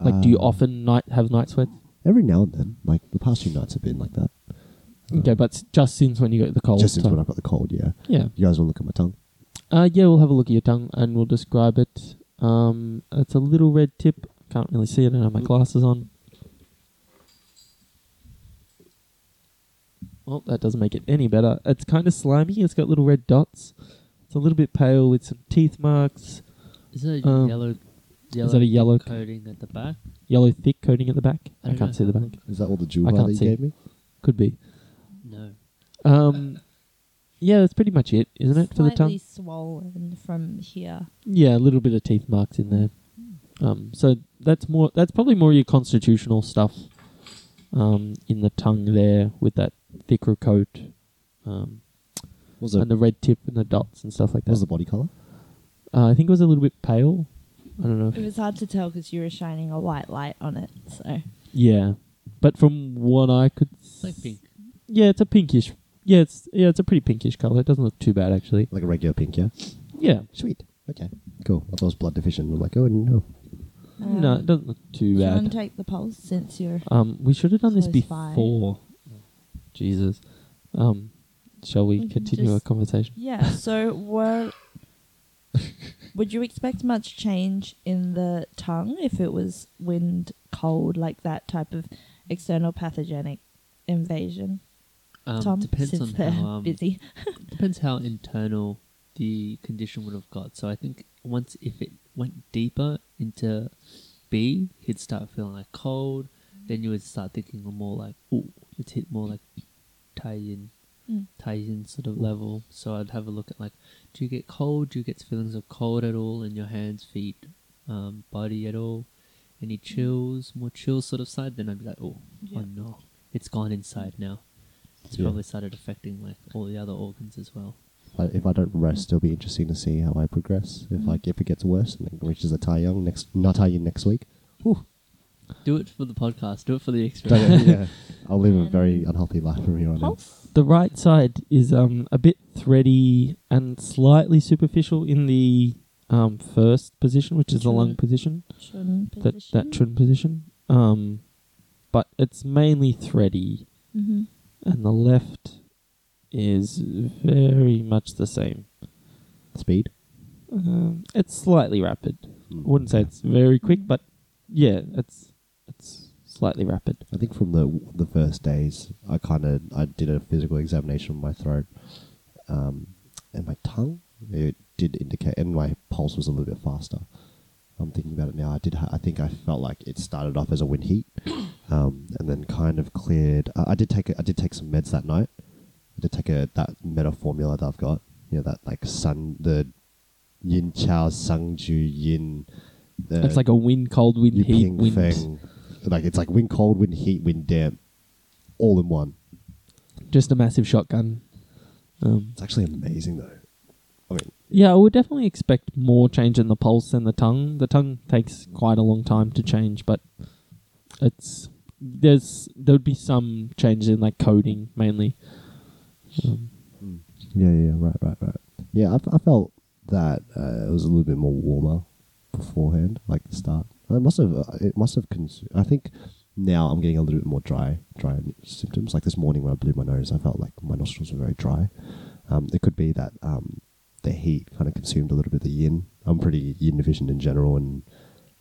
Speaker 2: Like, do you
Speaker 1: Um,
Speaker 2: often night have night sweats?
Speaker 1: Every now and then, like the past few nights have been like that.
Speaker 2: Okay, but s- just since when you got the cold.
Speaker 1: Just since
Speaker 2: so-
Speaker 1: when I've got the cold, yeah.
Speaker 2: Yeah.
Speaker 1: You guys want to look at my tongue?
Speaker 2: Uh, yeah, we'll have a look at your tongue and we'll describe it. Um, it's a little red tip. Can't really see it. I don't have my glasses on. Well, that doesn't make it any better. It's kind of slimy. It's got little red dots. It's a little bit pale with some teeth marks.
Speaker 3: Is that a
Speaker 2: Um,
Speaker 3: yellow?
Speaker 2: is that a yellow c-
Speaker 3: coating at the back?
Speaker 2: yellow thick coating at the back?
Speaker 3: I
Speaker 2: I,
Speaker 3: don't
Speaker 2: can't
Speaker 3: know.
Speaker 2: see the back.
Speaker 1: Is that all the
Speaker 2: I
Speaker 1: jewelry
Speaker 2: can't
Speaker 1: that you
Speaker 2: see.
Speaker 1: gave me?
Speaker 2: Could be.
Speaker 3: No.
Speaker 2: Um, yeah, that's pretty much it, isn't it, for the tongue?
Speaker 4: Slightly swollen from here.
Speaker 2: Yeah, a little bit of teeth marks in there. Um, so that's more. That's probably more your constitutional stuff um, in the tongue there with that thicker coat um,
Speaker 1: What was, the,
Speaker 2: and the red tip and the dots and stuff like
Speaker 1: what was the
Speaker 2: that.
Speaker 1: body color?
Speaker 2: Uh, I think it was a little bit pale. I don't know.
Speaker 4: It
Speaker 2: If,
Speaker 4: was hard to tell because you were shining a white light on it. So
Speaker 2: yeah, but from what I could,
Speaker 3: It's like pink.
Speaker 2: yeah, it's a pinkish. Yeah, it's yeah, it's a pretty pinkish color. It doesn't look too bad actually.
Speaker 1: Like a regular pink, yeah?
Speaker 2: Yeah,
Speaker 1: Sweet. Okay. Cool. I thought it was blood deficient. I'm like, oh no.
Speaker 4: um,
Speaker 2: no, it doesn't look too
Speaker 4: do you
Speaker 2: bad.
Speaker 4: want to take the pulse since you're
Speaker 2: Um, we should have done this
Speaker 4: Close by.
Speaker 2: before. Jesus. Um, shall we
Speaker 4: We can
Speaker 2: continue our
Speaker 4: just-
Speaker 2: conversation?
Speaker 4: Yeah, so were would you expect much change in the tongue if it was wind, cold, like that type of external pathogenic invasion?
Speaker 3: Um,
Speaker 4: Tom,
Speaker 3: depends
Speaker 4: since
Speaker 3: on
Speaker 4: they're
Speaker 3: how um,
Speaker 4: busy.
Speaker 3: depends how internal the condition would have got. So I think once if it went deeper into B, he'd start feeling like cold. Then you would start thinking more like, ooh, it's hit more like Taiyin,
Speaker 4: Mm.
Speaker 3: Taiyin sort of level. So I'd have a look at like, do you get cold? Do you get feelings of cold at all in your hands, feet, um, body at all? Any chills, more chills sort of side? Then I'd be like, oh, oh
Speaker 4: Yeah.
Speaker 3: no, it's gone inside now. It's
Speaker 1: Yeah.
Speaker 3: probably started affecting like all the other organs as well.
Speaker 1: I, if I don't rest, it'll be interesting to see how I progress. If like if it gets worse and it reaches a Tai Young next, not Tai Yin next week.
Speaker 3: Do it for the podcast. Do it for the experience.
Speaker 1: Don't- yeah, I'll live a very unhealthy life from here on out.
Speaker 4: Pulse?
Speaker 2: The right side is um, a bit thready and slightly superficial in the um, first position, which is the lung
Speaker 4: Chun
Speaker 2: position,
Speaker 4: Chun
Speaker 2: that that
Speaker 4: position?
Speaker 2: chun position. Um, but it's mainly thready,
Speaker 4: Mhm.
Speaker 2: and the left is very much the same.
Speaker 1: Speed.
Speaker 2: Um, it's slightly rapid.
Speaker 1: Mm.
Speaker 2: I wouldn't say it's very quick, but yeah, it's it's slightly rapid.
Speaker 1: I think from the the first days, I kind of I did a physical examination of my throat, um, and my tongue. It did indicate, and my pulse was a little bit faster. I'm thinking about it now. I did. Ha- I think I felt like it started off as a wind heat, um, and then kind of cleared. I, I did take. A, I did take some meds that night. I did take a that meta formula that I've got. You know that like sun the yin chao sung ju yin. The
Speaker 2: it's like a wind, cold wind,
Speaker 1: you
Speaker 2: heat,
Speaker 1: ping
Speaker 2: wind.
Speaker 1: thing. Like it's like wind cold, wind heat, wind damp, all in one.
Speaker 2: Just a massive shotgun. Um,
Speaker 1: It's actually amazing though. I mean,
Speaker 2: yeah, I would definitely expect more change in the pulse than the tongue. The tongue takes quite a long time to change, but it's there's there would be some changes in like coding mainly. Um,
Speaker 1: Mm. yeah, yeah, right, right, right. Yeah, I, I felt that uh, it was a little bit more warmer beforehand, like the start. I must have. uh, It must have. Cons- I think now I'm getting a little bit more dry, dry symptoms. Like this morning when I blew my nose, I felt like my nostrils were very dry. Um, it could be that um, the heat kind of consumed a little bit of the yin. I'm pretty yin deficient in general, and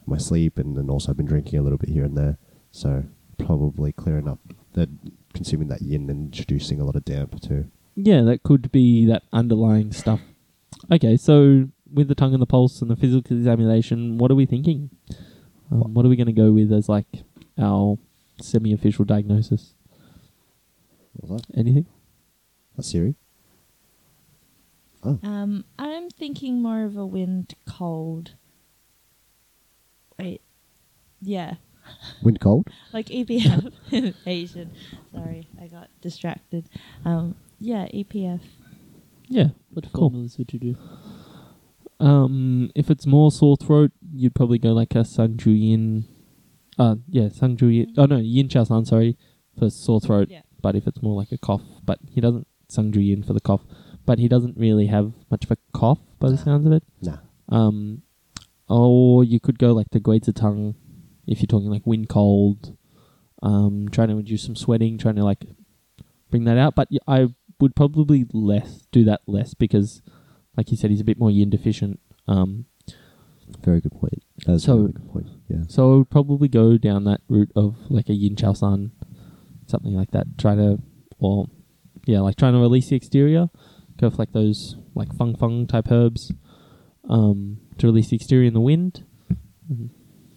Speaker 1: my sleep, and then also I've been drinking a little bit here and there. So probably clearing up that consuming that yin and introducing a lot of damp too.
Speaker 2: Yeah, that could be that underlying stuff. Okay, so with the tongue and the pulse and the physical examination, what are we thinking? Um, what are we going to go with as like our semi-official diagnosis?
Speaker 1: What was that?
Speaker 2: Anything?
Speaker 1: That's Siri. Oh,
Speaker 4: Um, I'm thinking more of a wind cold. Wait, yeah,
Speaker 1: wind cold.
Speaker 4: like EPF Asian. Sorry, I got distracted. Um, yeah, EPF.
Speaker 2: Yeah.
Speaker 3: What
Speaker 2: Cool.
Speaker 3: formulas would you do?
Speaker 2: Um, if it's more sore throat, you'd probably go like a Sangju Yin. Uh, yeah, Sangju Yin. Oh no, Yin Chao San, sorry, for sore throat.
Speaker 4: Yeah.
Speaker 2: But if it's more like a cough, but he doesn't Sangju Yin for the cough, but he doesn't really have much of a cough by the sounds of it.
Speaker 1: Nah.
Speaker 2: Um, or you could go like the Guiza tongue, if you're talking like wind cold, um, trying to induce some sweating, trying to like bring that out. But y- I would probably less do that less because, like you said, he's a bit more yin deficient. Um,
Speaker 1: Very good point. That's
Speaker 2: So-
Speaker 1: a very good point. Yeah.
Speaker 2: so I would probably go down that route of like a yin chao san, something like that. Try to, or yeah, like trying to release the exterior. Go for like those like fung fung type herbs um, to release the exterior in the wind. Mhm.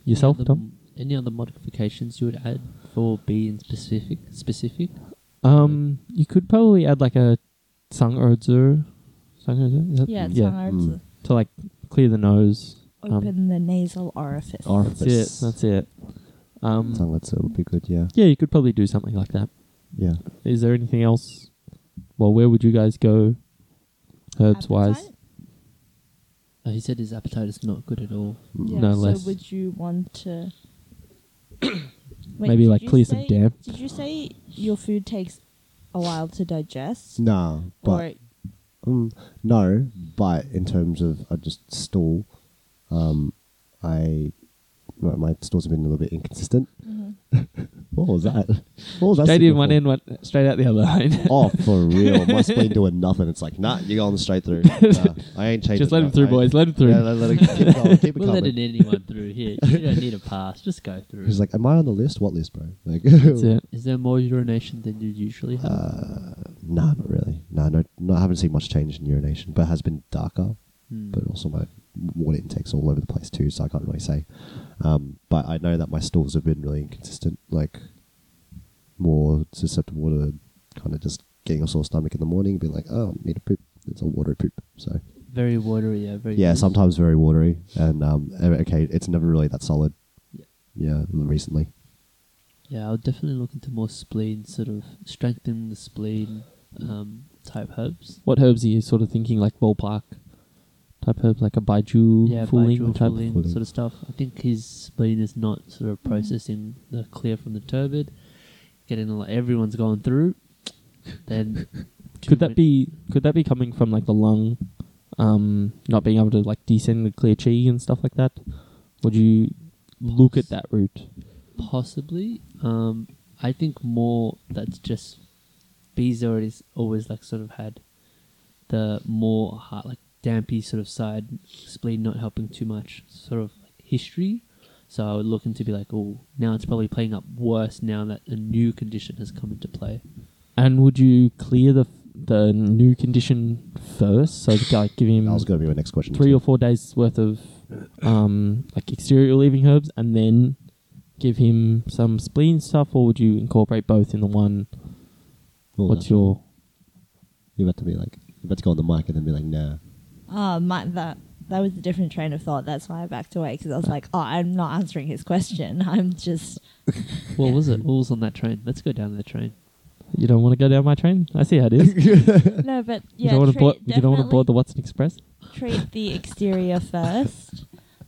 Speaker 2: Yourself,
Speaker 3: any other,
Speaker 2: Tom?
Speaker 3: Any other modifications you would add for B in specific? Specific?
Speaker 2: Um, you could probably add like a sang erzu, sang erzu, is that-
Speaker 4: Yeah, it's
Speaker 2: yeah,
Speaker 4: hard to
Speaker 1: Mm.
Speaker 2: to like clear the nose. Um,
Speaker 4: open the nasal orifice.
Speaker 2: That's it. That's it. Um,
Speaker 1: Tongue let's it would be good. Yeah.
Speaker 2: yeah, you could probably do something like that.
Speaker 1: Yeah.
Speaker 2: Is there anything else? Well, where would you guys go, herbs wise?
Speaker 4: Appetite?
Speaker 3: Oh, he said his appetite is not good at all.
Speaker 1: Mm.
Speaker 4: Yeah,
Speaker 2: No
Speaker 4: so
Speaker 2: less.
Speaker 4: would you want to Wait,
Speaker 2: Maybe
Speaker 4: did
Speaker 2: like
Speaker 4: you
Speaker 2: clear some
Speaker 4: say-
Speaker 2: damp.
Speaker 4: Did you say your food takes a while to
Speaker 2: Mm,
Speaker 4: digest?
Speaker 1: Nah, but
Speaker 4: or
Speaker 1: um, no, but in terms of I just stool, um, I my, my stools have been a little bit inconsistent.
Speaker 4: Mhm.
Speaker 1: What was that? What was that?
Speaker 2: Straight in
Speaker 1: signal
Speaker 2: one
Speaker 1: for?
Speaker 2: end, one straight out the other end.
Speaker 1: Oh, for real, my spleen doing nothing. It's like nah, you're going straight through. Nah, I ain't changing.
Speaker 2: Just let him
Speaker 1: that.
Speaker 2: through,
Speaker 1: I-
Speaker 2: boys. Let him through.
Speaker 1: Yeah, let, let it keep it going. Keep it
Speaker 3: We'll let
Speaker 1: coming.
Speaker 3: anyone through here. You don't need a pass. Just go through.
Speaker 1: He's like, am I on the list? What list, bro? Like,
Speaker 2: That's it.
Speaker 3: Is there more urination than you usually have?
Speaker 1: Uh, nah, not really. Nah, no, no, I haven't seen much change in urination, but it has been darker.
Speaker 3: Hmm.
Speaker 1: But also my water intake's all over the place too, so I can't really say. Um, but I know that my stools have been really inconsistent, like more susceptible to kind of just getting a sore stomach in the morning, being like, oh, I need to poop. It's a watery poop. So
Speaker 3: very watery. Yeah, very
Speaker 1: yeah,
Speaker 3: loose.
Speaker 1: sometimes very watery, and um, okay, it's never really that solid.
Speaker 3: Yeah.
Speaker 1: Yeah, recently.
Speaker 3: Yeah, I'll definitely look into more spleen, sort of strengthening the spleen um, type herbs.
Speaker 2: What herbs are you sort of thinking? Like ballpark type herbs, like a baiju,
Speaker 3: Yeah,
Speaker 2: fuling
Speaker 3: bijural
Speaker 2: type.
Speaker 3: fuling
Speaker 1: Fuling.
Speaker 3: sort of stuff. I think his spleen is not sort of processing the clear from the turbid. Getting like everyone's going through. Then
Speaker 2: Could that be? Could that be coming from like the lung, um, not being able to like descend the clear chi and stuff like that? Would you look at that route?
Speaker 3: possibly? Um, I think more that's just bees already s- always like sort of had the more heart like dampy sort of side spleen not helping too much sort of like history. So I would look into be like, oh, now it's probably playing up worse now that a new condition has come into play.
Speaker 2: And would you clear the the new condition first? So to, like give
Speaker 1: That
Speaker 2: him
Speaker 1: was going to be my next question.
Speaker 2: three
Speaker 1: too.
Speaker 2: or four days worth of um, like exterior leaving herbs, and then give him some spleen stuff, or would you incorporate both in the one?
Speaker 1: Well,
Speaker 2: What's your
Speaker 1: You're about to be like, you're about to go on the mic and then be like, nah.
Speaker 4: oh, my, that that was a different train of thought. That's why I backed away because I
Speaker 2: Uh.
Speaker 4: was like, oh, I'm not answering his question. I'm just
Speaker 3: What was it? What was on that train? Let's go down the train.
Speaker 2: you don't want to go down my train? I see how it is.
Speaker 4: no, but
Speaker 2: you
Speaker 4: yeah,
Speaker 2: don't want to
Speaker 4: treat-
Speaker 2: board. You don't want to
Speaker 4: definitely
Speaker 2: board the Watson Express.
Speaker 4: treat the exterior first.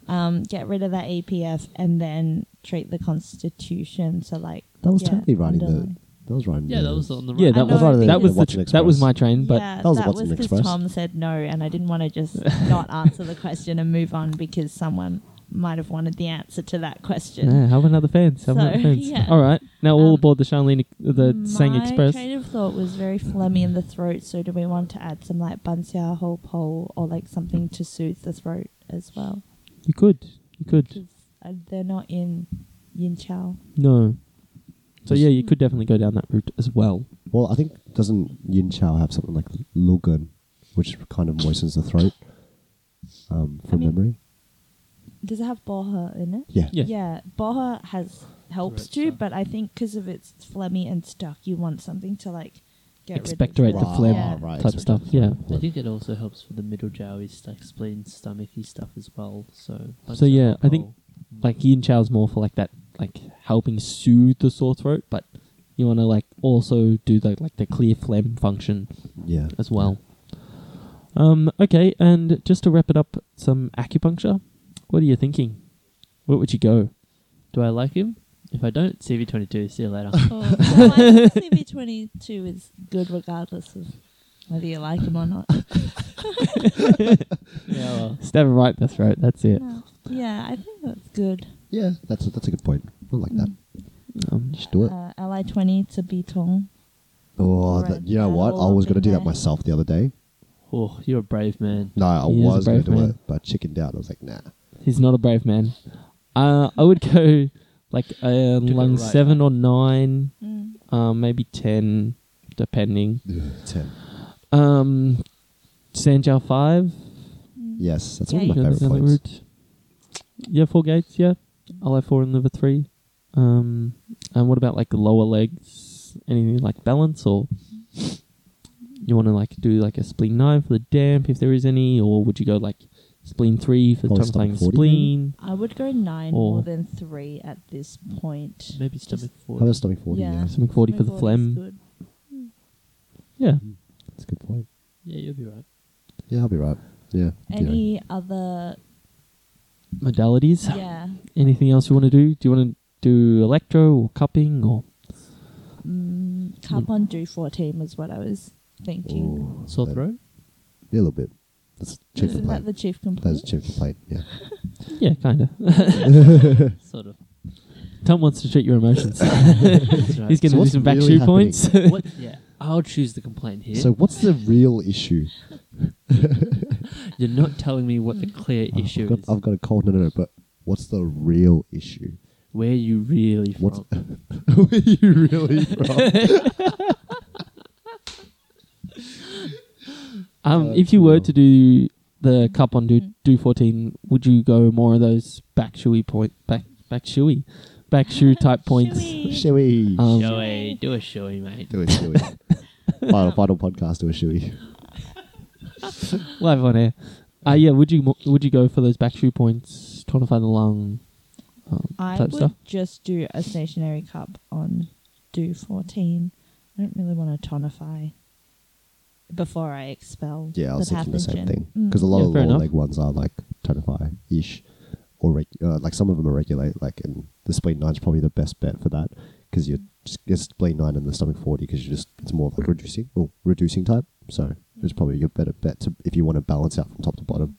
Speaker 4: Um, get rid of that EPF and then treat the constitution. So like
Speaker 1: That was
Speaker 4: yeah,
Speaker 1: totally writing the,
Speaker 4: underline.
Speaker 1: That was right. in
Speaker 3: Yeah,
Speaker 1: the-
Speaker 3: that was on the right.
Speaker 2: Yeah,
Speaker 4: I
Speaker 2: that
Speaker 4: know,
Speaker 2: was
Speaker 4: I think
Speaker 2: that
Speaker 4: it's
Speaker 2: was the
Speaker 1: Watson
Speaker 2: tr- that was
Speaker 1: Express.
Speaker 2: my train, but
Speaker 4: yeah,
Speaker 1: That was
Speaker 4: that
Speaker 1: Watson
Speaker 4: was because
Speaker 1: Express.
Speaker 4: Tom said no, and I didn't want to just not answer the question and move on because someone might have wanted the answer to that question.
Speaker 2: yeah, have another fans, have
Speaker 4: So,
Speaker 2: another fans.
Speaker 4: yeah.
Speaker 2: All right, now all
Speaker 4: Um,
Speaker 2: aboard the Charlene, the Sang
Speaker 4: My
Speaker 2: Express.
Speaker 4: creative thought was very phlegmy in the throat, so do we want to add some like bunsia whole pole or like something to soothe the throat as well?
Speaker 2: You could, you could,
Speaker 4: 'Cause, uh, they're not in yin chow.
Speaker 2: no. So yeah, you could definitely go down that route as well.
Speaker 1: Well, I think doesn't Yin Chao have something like Lugan, which kind of moistens the throat? Um, from
Speaker 4: mean-
Speaker 1: memory.
Speaker 4: Does it have boha in it?
Speaker 1: Yeah.
Speaker 2: Yeah.
Speaker 4: boha has helps
Speaker 3: Throat
Speaker 4: too,
Speaker 3: stuff.
Speaker 4: but I think because of its phlegmy and stuck, you want something to like get
Speaker 2: Expectorate
Speaker 4: rid
Speaker 2: the
Speaker 4: of.
Speaker 1: Right,
Speaker 2: phlegm
Speaker 4: Yeah.
Speaker 1: Ah, right,
Speaker 2: type
Speaker 1: expectorate
Speaker 2: stuff.
Speaker 1: the
Speaker 2: Yeah.
Speaker 1: phlegm.
Speaker 3: I think it also helps for the middle jaw is like spleen, stomachy stuff as well. So
Speaker 2: So, yeah, I think- Like yin chow's more for like that, like helping soothe the sore throat, but you want to like also do the like the clear phlegm function
Speaker 1: Yeah.
Speaker 2: as well. Um, okay, and just to wrap it up, some acupuncture. What are you thinking? Where would you go?
Speaker 3: do I like him? If I don't, CV22. See you later.
Speaker 4: Oh, well, I think CV22 is good regardless of whether you like him or not.
Speaker 3: yeah, well,
Speaker 2: Stab it right in the throat. That's it.
Speaker 4: No. Yeah, I think that's good. Mm.
Speaker 1: Yeah, that's a, that's a good point. I like
Speaker 3: Mm.
Speaker 1: that.
Speaker 2: Um,
Speaker 1: Just do it.
Speaker 4: Uh, Li twenty to Bitong.
Speaker 1: oh,
Speaker 4: right,
Speaker 1: that, you know
Speaker 4: add
Speaker 1: what?
Speaker 4: all
Speaker 1: I was
Speaker 4: up
Speaker 1: going to do
Speaker 4: in
Speaker 1: that
Speaker 4: there.
Speaker 1: myself the other day.
Speaker 3: oh, you're a brave man.
Speaker 1: No, I
Speaker 2: He is a
Speaker 1: was going
Speaker 2: brave
Speaker 1: to do
Speaker 2: man.
Speaker 1: it, but I chickened out. I was like, nah.
Speaker 2: he's not a brave man. Uh, I would go like uh,
Speaker 3: it
Speaker 2: lung
Speaker 3: right.
Speaker 2: seven or nine,
Speaker 4: Mm.
Speaker 2: um, maybe ten, depending.
Speaker 1: Ten.
Speaker 2: Um, Sanjiao five.
Speaker 4: Mm.
Speaker 1: Yes, that's one
Speaker 4: Yeah,
Speaker 1: of my
Speaker 2: go
Speaker 1: favorite
Speaker 2: down that
Speaker 1: points.
Speaker 2: route. Yeah, four gates. Yeah, I'll have four and liver three. Um, and what about like the lower legs? Anything like balance or? You want to like do like a spleen nine for the damp if there is any, or would you go like spleen three for the
Speaker 1: Probably
Speaker 2: time playing
Speaker 1: stomach 40 maybe?
Speaker 2: spleen?
Speaker 4: I would go nine more
Speaker 2: Or-
Speaker 4: than three at this point.
Speaker 3: Maybe stomach
Speaker 1: Have a
Speaker 3: forward.
Speaker 1: stomach 40,
Speaker 4: Yeah.
Speaker 1: yeah.
Speaker 2: Stomach forty for the
Speaker 4: Maybe
Speaker 2: phlegm.
Speaker 4: good.
Speaker 2: Yeah.
Speaker 1: That's a good point.
Speaker 3: Yeah, you'll be right.
Speaker 1: Yeah, I'll be right. Yeah. you know.
Speaker 4: Any other?
Speaker 2: Modalities.
Speaker 4: Yeah.
Speaker 2: Anything else you want to do? Do you want to do electro or cupping or
Speaker 4: Mm, Cup on do fourteen was what I was thinking.
Speaker 1: Ooh,
Speaker 3: Sore
Speaker 1: that-
Speaker 3: throat.
Speaker 1: Yeah, a little bit. That's cheap for
Speaker 4: Isn't
Speaker 1: plate.
Speaker 4: that the chief
Speaker 1: That's
Speaker 4: complaint?
Speaker 1: cheap for plate, yeah.
Speaker 2: yeah, kind of.
Speaker 3: Sort of.
Speaker 2: Tom wants to treat your emotions.
Speaker 3: That's right.
Speaker 1: So
Speaker 2: He's going to do
Speaker 1: what's
Speaker 2: some back
Speaker 1: really
Speaker 2: shoe
Speaker 1: happening?
Speaker 2: points.
Speaker 3: what? Yeah, I'll choose the complaint here.
Speaker 1: So what's the real issue?
Speaker 3: You're not telling me what the clear
Speaker 1: Oh,
Speaker 3: issue
Speaker 1: I've got,
Speaker 3: is.
Speaker 1: I've got a cold. No, no, no. But what's the real issue?
Speaker 3: Where you really
Speaker 1: What's-
Speaker 3: from?
Speaker 1: Where are you really from?
Speaker 2: Um,
Speaker 1: Uh,
Speaker 2: if you were
Speaker 1: well.
Speaker 2: to do the cup on do
Speaker 4: Mm.
Speaker 2: do fourteen, would you go more of those back shoey point back back shoey, back shoe type points?
Speaker 4: Shoey.
Speaker 1: Shoey.
Speaker 2: Um,
Speaker 3: Shoey, do a shoey, mate.
Speaker 1: do it, do it. final, final podcast, do a shoey.
Speaker 2: Live on air. Uh, yeah. Would you mo- would you go for those back shoe points? Tonify the lung. Um,
Speaker 4: I
Speaker 2: type
Speaker 4: would
Speaker 2: stuff.
Speaker 4: just do a stationary cup on do fourteen. I don't really want to tonify before I expel.
Speaker 1: Yeah, I was
Speaker 4: the
Speaker 1: thinking the same
Speaker 4: pathogen.
Speaker 1: thing.
Speaker 4: Mm.
Speaker 1: Because a lot
Speaker 2: Yeah,
Speaker 1: of
Speaker 2: fair
Speaker 1: lower
Speaker 2: enough.
Speaker 1: leg ones are like tonify ish, or reg- uh, like some of them are regulate. Like and the spleen nine is probably the best bet for that because you're just it's spleen nine and the stomach forty because you just it's more of like reducing or reducing type. So it's probably your better bet to if you want to balance out from top to bottom.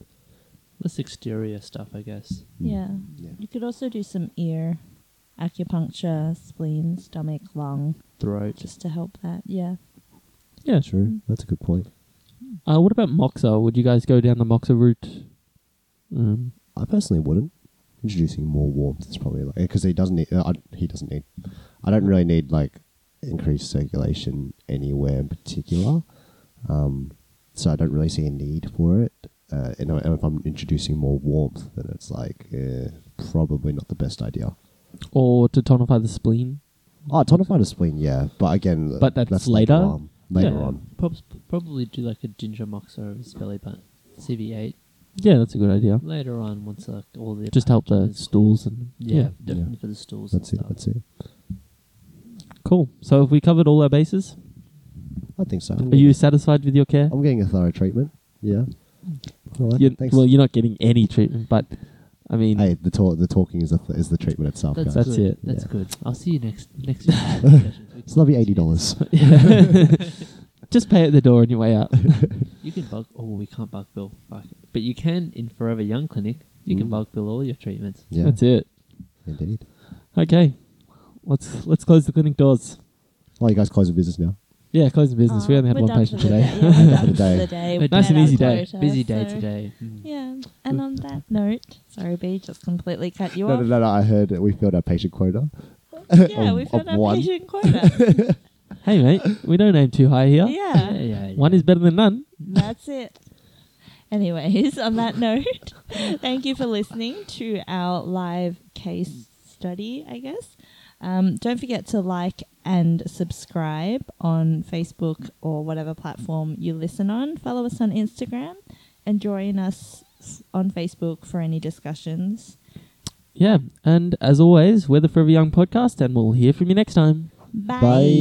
Speaker 3: Less exterior stuff, I guess.
Speaker 2: mm.
Speaker 4: Yeah.
Speaker 1: Yeah.
Speaker 4: You could also do some ear acupuncture, spleen, stomach, lung,
Speaker 3: Throat.
Speaker 4: just to help that. Yeah.
Speaker 2: Yeah.
Speaker 1: True. That's a good point.
Speaker 2: Uh, what about Moxa? Would you guys go down the Moxa route? Um,
Speaker 1: I personally wouldn't. Introducing more warmth is probably like because he doesn't need. Uh, I, he doesn't need. I don't really need like increased circulation anywhere in particular. Um, so I don't really see a need for it. Uh, and, I- and if I'm introducing more warmth, then it's like eh, probably not the best idea.
Speaker 2: or to tonify the spleen?
Speaker 1: Oh, tonified a spleen, yeah, but again,
Speaker 2: But that's later?
Speaker 1: later on. Later
Speaker 2: Yeah.
Speaker 1: on,
Speaker 3: Probs- probably do like a ginger moxa as belly button. CV8.
Speaker 2: Yeah, that's a good idea.
Speaker 3: Later on, once like all the.
Speaker 2: Just help the
Speaker 3: pathogens-
Speaker 2: stools and
Speaker 3: Yeah,
Speaker 2: yeah.
Speaker 3: definitely for the stools.
Speaker 1: that's it.
Speaker 3: and stuff.
Speaker 1: That's it.
Speaker 2: Cool. So have we covered all our bases?
Speaker 1: I think so.
Speaker 2: Are you satisfied with your care?
Speaker 1: I'm getting a thorough treatment. Yeah. All right,
Speaker 2: You-
Speaker 1: thanks.
Speaker 2: well, you're not getting any treatment, but I mean,
Speaker 1: Hey, the talk, the talking is the is the treatment itself, guys.
Speaker 3: That's,
Speaker 2: That's
Speaker 3: good.
Speaker 2: it,
Speaker 3: That's
Speaker 1: yeah.
Speaker 3: good. I'll see you next next week.
Speaker 1: It's lovely eighty dollars.
Speaker 2: just pay at the door on your way out.
Speaker 3: You can bug. Oh, we can't bug bill. Fuck. it. But you can in Forever Young Clinic. You can
Speaker 1: Mm.
Speaker 3: bug bill all your treatments.
Speaker 1: Yeah,
Speaker 2: That's it.
Speaker 1: indeed.
Speaker 2: Okay, let's let's close the clinic doors.
Speaker 1: Well, Oh, you guys close the business now.
Speaker 2: Yeah, closing business. we
Speaker 4: Uh,
Speaker 2: only had
Speaker 4: we're
Speaker 2: one
Speaker 4: done
Speaker 2: patient
Speaker 4: for the
Speaker 2: today.
Speaker 4: Day. Yeah,
Speaker 1: Done for the day.
Speaker 4: we're done for the day.
Speaker 3: But
Speaker 4: We're
Speaker 3: nice and
Speaker 4: out of
Speaker 2: easy day.
Speaker 4: quota,
Speaker 3: Busy day
Speaker 4: so-
Speaker 3: today.
Speaker 4: Yeah, and on that note, sorry, B, just completely cut you
Speaker 1: No,
Speaker 4: off.
Speaker 1: no, no, no. I heard that we filled our patient quota.
Speaker 4: Yeah,
Speaker 1: Of-
Speaker 4: we
Speaker 1: Um, of
Speaker 4: found our
Speaker 1: one.
Speaker 4: patient quota.
Speaker 2: hey, mate, we don't aim too high here.
Speaker 3: Yeah,
Speaker 4: yeah,
Speaker 3: yeah, yeah.
Speaker 2: One is better than none.
Speaker 4: that's it. Anyways, on that note, thank you for listening to our live case study, I guess. Um, don't forget to like and subscribe on Facebook or whatever platform you listen on. Follow us on Instagram and join us on Facebook for any discussions.
Speaker 2: Yeah, and as always, we're the Forever Young podcast, and we'll hear from you next time.
Speaker 1: Bye.